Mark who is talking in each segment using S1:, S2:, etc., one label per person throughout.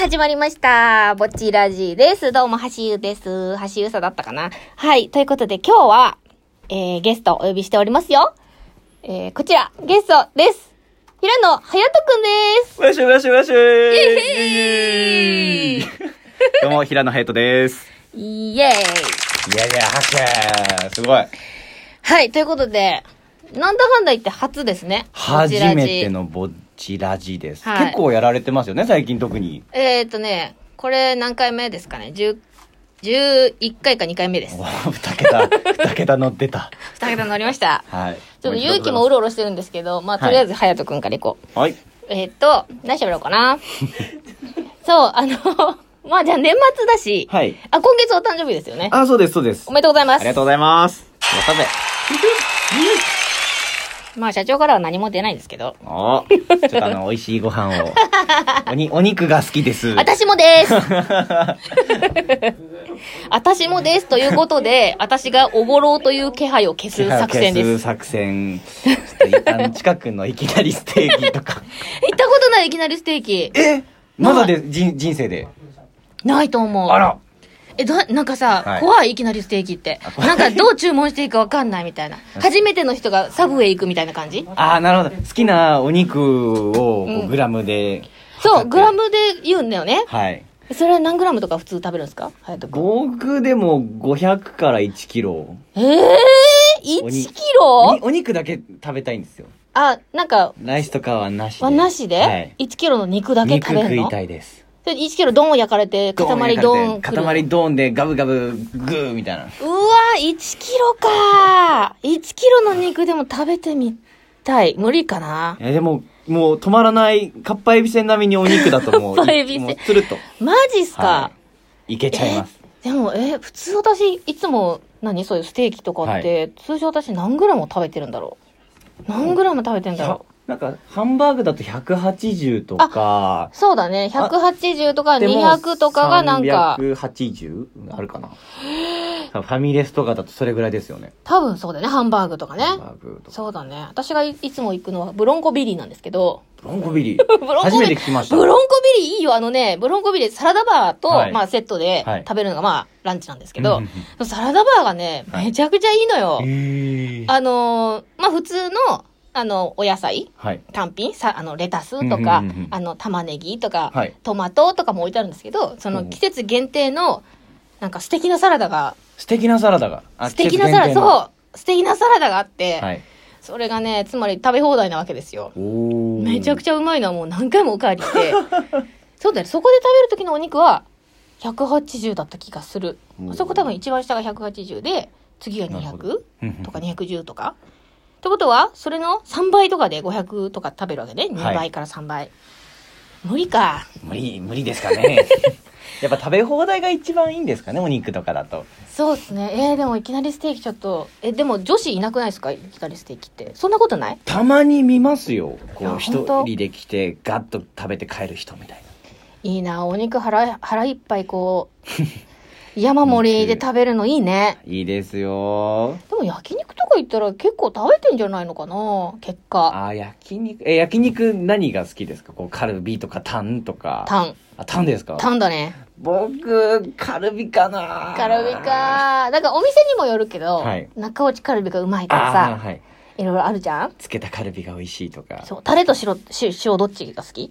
S1: 始まりました。ぼっちラジです。どうも、はしゆです。はしゆさだったかな。はい。ということで、今日は、えー、ゲストをお呼びしておりますよ。えー、こちら、ゲストです。平野隼人くんです。
S2: ウェシュウェシュウェシュ
S1: えい
S2: イエーイ どうも、平野ヘイトです。
S1: イエーイ。
S2: いやいや、拍手すごい。
S1: はい。ということで、なんだかんだ言って初ですね。
S2: 初
S1: ぼっちラジ
S2: めて。のぼっちラジです。
S1: はい
S2: 結構やられてますよね、最近特に。
S1: えーっとね、これ何回目ですかね。10 11回か2回目です
S2: お。二桁、二桁乗ってた。
S1: 二桁乗りました。
S2: はい。
S1: ちょっと勇気もう
S2: ろ。
S1: ろうろしてるんですけど、まあ、
S2: はい
S1: とりあえず、はやとくんからいこう。
S2: はい。
S1: えーっと、何喋ろうか な。そう、あの、まあ、じゃあ年末だし、
S2: はい。
S1: あ、今月お誕生日ですよね。
S2: あ、そうです、そうです。
S1: おめでとうございま
S2: あ
S1: す。
S2: りがとうございます。やったぜ。
S1: まあ、社長からは何も出ないんですけど。
S2: おちょっとあの、美味しいご 飯を。おに、お肉が好きです。
S1: 私も です私もですということで、私がおごろうという気配を消す作戦で
S2: 消
S1: す
S2: す。作戦。ちょっと一旦近くのいきなりステーキ
S1: 行っ
S2: とか。
S1: たことないいきなりステーキ。
S2: えまだで、人、人生で。
S1: ないと思う。
S2: あら。
S1: え、だ、なんかさ、
S2: はい
S1: 怖い、いきなりステーキって。なんか、どう注文していいかわかんないみたいな。初めての人がサブウェイ行くみたいな感じ
S2: ああ、なるほど。好きなお肉をこ
S1: うん
S2: うグラムで。
S1: そう、グラムで言うんだよね。
S2: はい。
S1: それは何グラムとか普通食べるんですかはやとくん。
S2: 僕でも500から1キロ。
S1: えぇ、ー、
S2: お
S1: !1
S2: に
S1: キロ
S2: おお肉だけ食べたいんですよ。
S1: あ、なんか、
S2: ライスとかはなしで。
S1: はなしで、
S2: はい。
S1: ?1 キロの肉だけ食
S2: 肉
S1: べ
S2: 食
S1: るの
S2: いたいです。
S1: それ ?1 キロドンを焼かれて、塊ドン来る。
S2: 塊ドーンでガブガブグーみたい
S1: う
S2: な。
S1: わ、1キロか1キロの肉でも食べてみたい。無理かな
S2: え、でも、もう止まらない、かっぱえびせん並みにお肉だとも う、
S1: かっぱえびせん
S2: もうつるっと。
S1: マジっすか、
S2: い。いけちゃいます。
S1: でも、え、普通私、いつも、何そういうステーキとかって、通常私何グラム食べてるんだろう何グラム食べてんだろ
S2: なんか、ハンバーグだと180とか
S1: う、そうだね。180とか
S2: でも
S1: 200とかがなんか、
S2: 380あるかな。多分ファミレスとかだとそれぐらいですよね。
S1: 多分そうだね。ハンバーグとかね。
S2: ハンバーグとか。
S1: そうだね。私がいいつも行くのはブロンコビリーなんですけど、
S2: ブロンコビリ
S1: ブロ
S2: ー。
S1: ンコビリー
S2: 初めて聞きまし
S1: ブ
S2: た。
S1: ロンコビリーいいよ。あのね、ブロンコビリーサラダバーと、
S2: はい
S1: まあセットで
S2: はい
S1: 食べるのがまあランチなんですけ
S2: う
S1: ど
S2: んうん、
S1: サラダバーがね、
S2: はい
S1: めちゃくちゃいいのよ。
S2: へー
S1: あのーまあ普通の、あの、お野菜
S2: はい。
S1: 単品さあのレタスとか、
S2: うんうんうんうん
S1: あの玉ねぎとか、
S2: はい
S1: トマトとかも置いてあるんですけどその季節限定のなんか素敵なサラダが
S2: 素敵なサラダが。あ
S1: 素敵なサラダ
S2: う
S1: そう素敵なサラダがあって、
S2: はい。
S1: それがねつまり食べ放題なわけですよ
S2: おー
S1: めちゃくちゃうまいのはもう何回もおかわりして そうだねそこで食べる時のお肉は180だった気がする
S2: おー
S1: あそこ多分一番下が180で次が
S2: なるほ
S1: 200
S2: うんうん
S1: とか210とかってことはそれの3倍とかで500とか食べるわけね2倍から3倍、無理か
S2: 無理、無理ですかね。 やっぱ食べ放題が一番いいんですかね、お肉とかだと。
S1: そうっすねえー、でもいきなりステーキちょっとえでも女子いなくないですかいきなりステーキってそんなことない
S2: たまに見ますよ。こ
S1: あ
S2: う、一
S1: 本当
S2: 人で来て、ガッと食べて帰る人みたい
S1: いいなお肉腹腹いっぱいこ う山盛りで食べるのいいね
S2: な。いいですよ。
S1: でも焼肉とか行ったら結構食べてんじゃないのかな結果
S2: あー、焼肉。え、焼肉何が好きですかこう、カルビとかタンとか。ン。
S1: タン
S2: あ、タンですか
S1: タンだね
S2: 僕、カルビかな
S1: カルビ。かだからお店にもよるけど、
S2: はい
S1: 中落ちカルビがうまいから
S2: あー、
S1: さ
S2: はい。
S1: いろいろあるじゃん
S2: つけたカルビが美味しいとか。
S1: そう、タレと白、し塩どっちが好き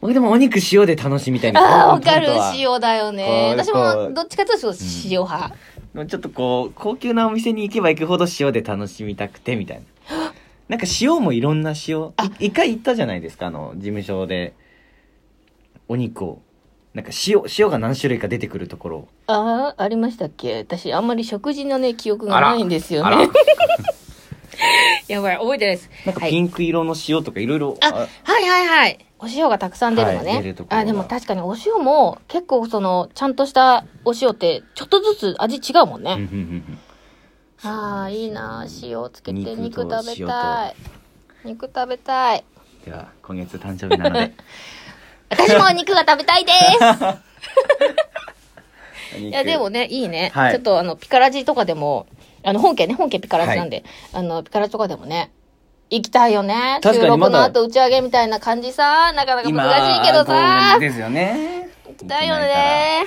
S2: 僕でもお肉塩で楽しみたいな。
S1: ああ、わかる
S2: 本当は。
S1: 塩だよね。
S2: こう
S1: 私
S2: こ
S1: も、
S2: う
S1: どっちかというと塩派。
S2: もうちょっとこう、高級なお店に行けば行くほど塩で楽しみたくて、みたいな。 なんか塩もいろんな塩。い一回行ったじゃないですか、あの、事務所で。お肉を。なんか塩、塩が何種類か出てくるところ。
S1: ああ、ありましたっけ私、あんまり食事のね、記憶が
S2: あら
S1: ないんですよ
S2: あら
S1: ね。 やばい、覚えてないです。
S2: なんか
S1: はい
S2: ピンク色の塩とかいろいろ。
S1: あ、はいはいはい。お塩がたくさん出るのね。
S2: はい出るところが
S1: あ、でも確かにお塩も、結構その、ちゃんとしたお塩って、ちょっとずつ味違うもん
S2: うんう
S1: ね。
S2: んうんうん
S1: ああ、いいな塩つけて
S2: 肉
S1: 肉
S2: と
S1: 食べたい。肉食べたい。
S2: では、今月誕生日なので。
S1: 私もお肉が食べたいです
S2: い
S1: いや、でも。ね、いいね。
S2: はい
S1: ちょっと、あの、ピカラジとかでも、あの、本家ね、本家ピカラジなんで、あの、ピカラジとかでもね、行きたいよね。
S2: 確かに
S1: 収録
S2: ま
S1: の
S2: だ
S1: 後打ち上げみたいな感じさ、なかなか
S2: 今、
S1: 難しいけど
S2: こ
S1: さ
S2: う、ですよね。
S1: だよね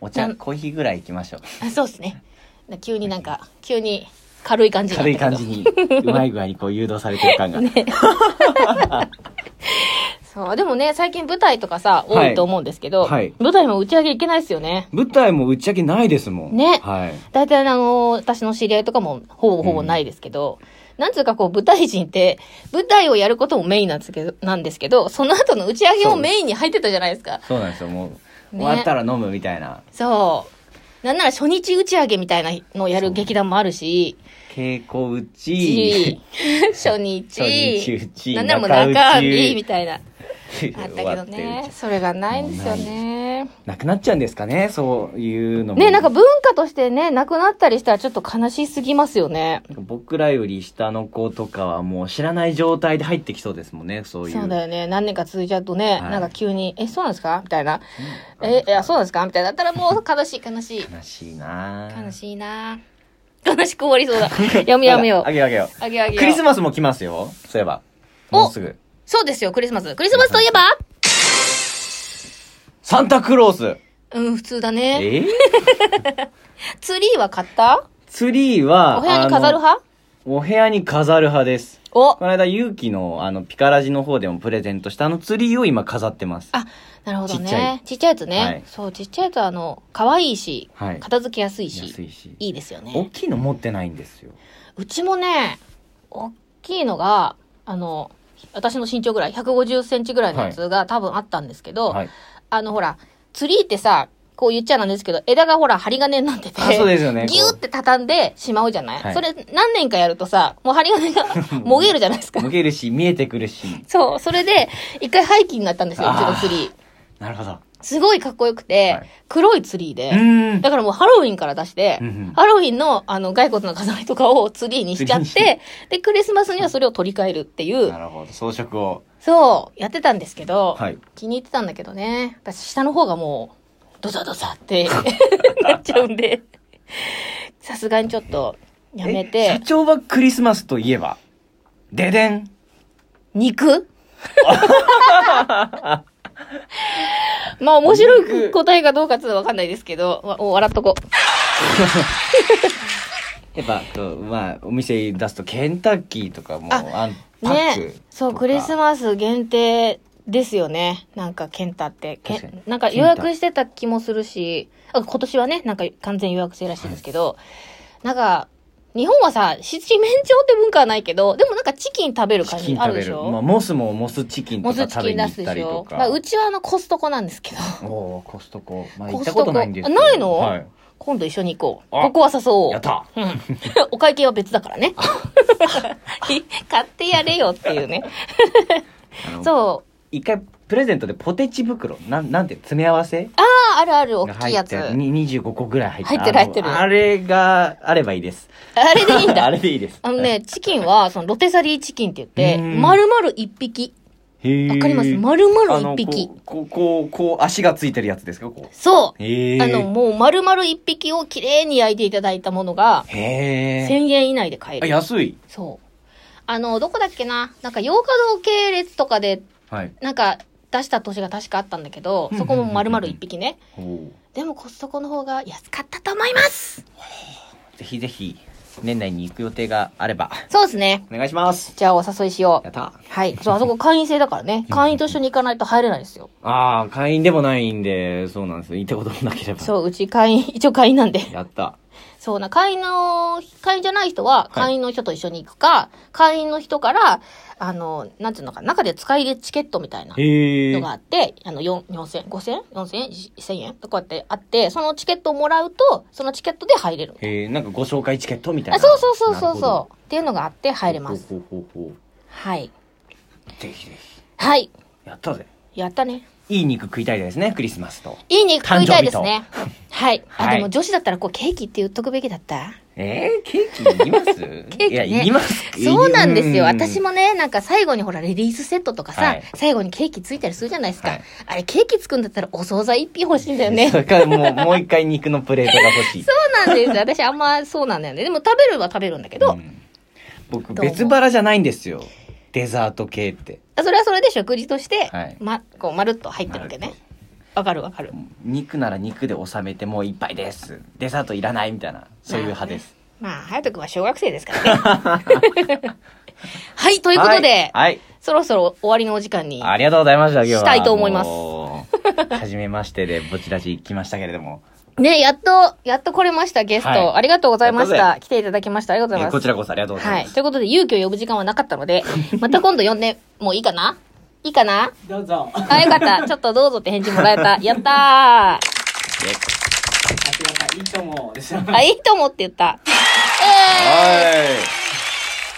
S2: お
S1: な
S2: 茶
S1: ん
S2: コーヒーぐらい行きましょう
S1: あそうですねな急になんか急に軽い感じにな
S2: 軽い
S1: ったけ
S2: 感
S1: ど
S2: じにうまい具合にこう誘導されてる感が、
S1: そうでもね最近舞台とかさ多
S2: はい
S1: いと思うんですけど、
S2: はい
S1: 舞台も打ち上げいけないですよね
S2: 舞台も打ち上げないですもん
S1: ね
S2: はい
S1: 大体あの、私の知り合いとかもほぼほぼないですけど、なんつうかこう舞台人って、舞台をやることもメインなんですけど、なんですけど、その後の打ち上げもメインに入ってたじゃないですか。
S2: そうなんですよもう、
S1: ね
S2: 終わったら飲むみたいな
S1: そう。なんなら初日打ち上げみたいなのをやる劇団もあるし、
S2: 稽古打ち
S1: G 初日、
S2: 初日打ち
S1: なんならもう中日み
S2: 中
S1: たいな、あったけ
S2: 終わ
S1: ど
S2: って打
S1: ね
S2: ち、
S1: それがないんですよね。
S2: なくなっちゃうんですかねそういうのも
S1: ね、なんか文化としてね、なくなったりしたらちょっと悲しすぎますよね。
S2: 僕らより下の子とかはもう知らない状態で入ってきそうですもんねそういう
S1: そうだよね。何年か続いちゃうとね、
S2: はい
S1: なんか急に、え、そうなんですかみたいな。
S2: うん
S1: え、いや、そうなんですかみたいな。だったらもう悲しい、悲しい。
S2: 悲しいな
S1: 悲しいな悲しく終わりそう だ。やめようやめよ
S2: あ
S1: う。
S2: げようあげよ
S1: あげようあ
S2: う
S1: げ
S2: ク
S1: よう
S2: リス。マスも来ますよそういえば
S1: お
S2: もうすぐ
S1: そうですよ、クリスマス。クリスマスといえば
S2: サンタクロース
S1: うん、普通だね。
S2: え
S1: ツリーは買った
S2: ツリーは
S1: お部屋に飾る
S2: あの
S1: 派
S2: お部屋に飾る派です
S1: お
S2: この間ゆうきのあのピカラジの方でもプレゼントしたあのツリーを今飾ってます
S1: あ、なるほど
S2: ちっちゃ
S1: ね
S2: い。
S1: ちっちゃいやつ
S2: は
S1: ね
S2: い。
S1: そう、ちっちゃいやつはあの、可愛いし
S2: は、い
S1: 片付けやすい
S2: 安
S1: し、
S2: いし
S1: いいですよね。
S2: 大きいの持ってないんですよ
S1: うちもね、大きいのが、あの、私の身長ぐらい、150センチぐらいのやつが多分あったんですけど、
S2: はい
S1: あのほら、ツリーってさ、こう言っちゃなんですけど、枝がほら、針金になってて、
S2: あそうですよね
S1: ギューって畳んでしまうじゃない、
S2: はい
S1: それ何年かやるとさ、もう針金 がもげるじゃないですか。
S2: 向けるし見えてくるし
S1: そう、それで、一回廃棄になったんですよ、うちのツリー。
S2: なるほど
S1: すごいかっこよくて、
S2: はい
S1: 黒いツリーで、
S2: うーん
S1: だからもうハロウィンから出して、
S2: うんうん
S1: ハロウィンのあの骸骨の飾りとかをツリーにしちゃっ
S2: ツリー
S1: て、で、クリスマスにはそれを取り替えるっていう
S2: な、るほど装飾を
S1: そう、やってたんですけど、
S2: はい
S1: 気に入ってたんだけどね、私下の方がもう、ドサドサって なっちゃうんで、さすがにちょっとやめ
S2: え社
S1: て、
S2: 長はクリスマスといえばででん
S1: 肉まあ面白い答えがどうかちょっとわかんないですけど、わお笑っとこう。
S2: やっぱこうまあお店出すとケンタッキーとかもうあんパックと
S1: ね
S2: か、
S1: そう、クリスマス限定ですよね。なんか、ケンタって。け
S2: 確かに
S1: なんか
S2: ケン
S1: 予
S2: タ
S1: 約してた気もするし、あ今年はね、なんか完全予約制らしいですけど、なんか、日本はさ、七面鳥って文化はないけど、でもなんかチキン食べる感
S2: チキ
S1: じ
S2: ン
S1: あ
S2: 食
S1: る
S2: べ
S1: でし
S2: る、
S1: ょ
S2: まあ、モスもモスチキン
S1: モ
S2: と
S1: ス
S2: か
S1: チ
S2: 食
S1: キ
S2: べ
S1: ン
S2: に
S1: 出
S2: 行っ
S1: すで
S2: たり
S1: し
S2: と
S1: ょ、
S2: か、
S1: まあ、うちはあの、コストコなんですけど、
S2: おおコストコ、まあ、行
S1: コ
S2: っ
S1: ス
S2: た
S1: ト
S2: こ
S1: コ
S2: とないんですけど
S1: ないの
S2: はい、
S1: 今度一緒に行こう。
S2: あ
S1: ここは誘おう。
S2: やった
S1: うん お会計は別だからね。 買ってやれよっていうね。
S2: あの
S1: そう。
S2: 一回プレゼントでポテチ袋なんなんて詰め合わせ
S1: ああ、あるある、大
S2: が
S1: きい
S2: 入
S1: や
S2: っ
S1: つ。
S2: てに25個ぐらい入った
S1: 入ってる入ってる
S2: あのあれがあればいいです
S1: あれでいいんだ。
S2: あれでいいです
S1: あのね、チキンは、その、ロテサリーチキンって言って、
S2: うん
S1: 丸々一匹。
S2: へー
S1: わかります丸
S2: あ
S1: 々
S2: の
S1: 一匹。
S2: こうこうこうこう足がついてるやつですかこ
S1: そう
S2: う。へえ
S1: あの、もう丸々一匹を綺麗に焼いていただいたものが、
S2: へえ
S1: 1000円以内で買え
S2: あ
S1: る。
S2: 安い
S1: そう。あの、どこだっけななんか、洋華堂系列とかで、
S2: はい
S1: なんか、出した年が確かあったんだけど、そこも丸々一匹ね。
S2: おー
S1: でも、コストコの方が安かったと思います
S2: ぜひぜひ年内に行く予定があれば
S1: そうですね。
S2: お願いします
S1: じゃあ、お誘いしよう。
S2: やった
S1: はい。そう、あそこ会員制だからね。会員と一緒に行かないと入れないですよ。
S2: ああ会員でもないんでそうなんですよ行ったこともなければ
S1: そう、うち会員、一応会員なんで。
S2: やった
S1: そうな、会員の、会員じゃない人は、会員の人と一緒に行くか、会員の人から、あの、なんていうのかな、中で使い入れチケットみたいな
S2: へ
S1: の
S2: え
S1: があって、あの、4 4000、5000、4000円、1000円とこうやってあって、そのチケットをもらうと、そのチケットで入れる。
S2: へえなんかご紹介チケットみたい
S1: あ
S2: な
S1: そうそうそうそう
S2: なるほ
S1: そう。っていうのがあって入れま
S2: ど
S1: す。
S2: ほうほうほうほ
S1: はい。
S2: うぜひぜひ
S1: はい。
S2: やったぜ
S1: やったね。
S2: いい肉食いたいですねクリスマスと
S1: いい肉食いたいですね。はい。あ、
S2: はい
S1: でも女子だったらこうケーキって言っとくべきだった
S2: えー、ケーキいります
S1: ケーキね
S2: いやいります
S1: そうなんですよ。
S2: う
S1: 私もね、なんか最後にほら、レディースセットとかさ、
S2: はい
S1: 最後にケーキついたりするじゃないですか。
S2: はい
S1: あれ、ケーキつくんだったらお惣菜一品欲しいんだよね。そ
S2: それからもう、もう一回肉のプレートが欲しい。
S1: うなんですよ。私あんまそうなんだよね。でも食べるは食べるんだけど、
S2: うん僕、
S1: どうも
S2: 別腹じゃないんですよ。デザート系って。
S1: あそれはそれで食事として、
S2: はい
S1: ま、こう、まるっと入ってるわけね。わかるわかる。
S2: 肉なら肉で収めてもういっぱいですデザートいらないみたいなそういう派です
S1: まあ、隼人君は小学生ですからね。 はい、ということで、
S2: はい、はい
S1: そろそろ終わりのお時間に。
S2: ありがとうございました今日は
S1: したいと思います
S2: す初めましてでぼちらち来ましたけれども
S1: ね、やっと、やっと来れました、ゲスト。
S2: はい
S1: ありがとうございまし
S2: あ
S1: た。来ていただきました。ありがとうござい
S2: え
S1: ます。
S2: こちらこそありがとうござ
S1: はいい。
S2: ます、
S1: ということで、勇気を呼ぶ時間はなかったの で、また今度呼んでもいいかないいかな
S3: どうぞ。あ
S1: あ、よかった。ちょっとどうぞって返事もらえ た。やった
S3: ちらがいいと思う。でしょ
S1: ー。あ、いいと思って言った。え
S2: えはい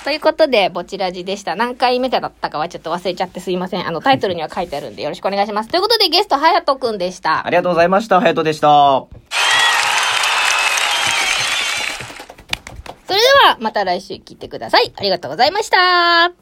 S1: ー、ということで、ぼちらじでした。何回目かだったかはちょっと忘れちゃってすいません。あの、タイトルには書いてあるんでよろしくお願いします。ということで、ゲスト、はやとくんでした
S2: あ。りがとうございました。隼人でした。
S1: それでは、また来週聞いてください。ありがとうございました。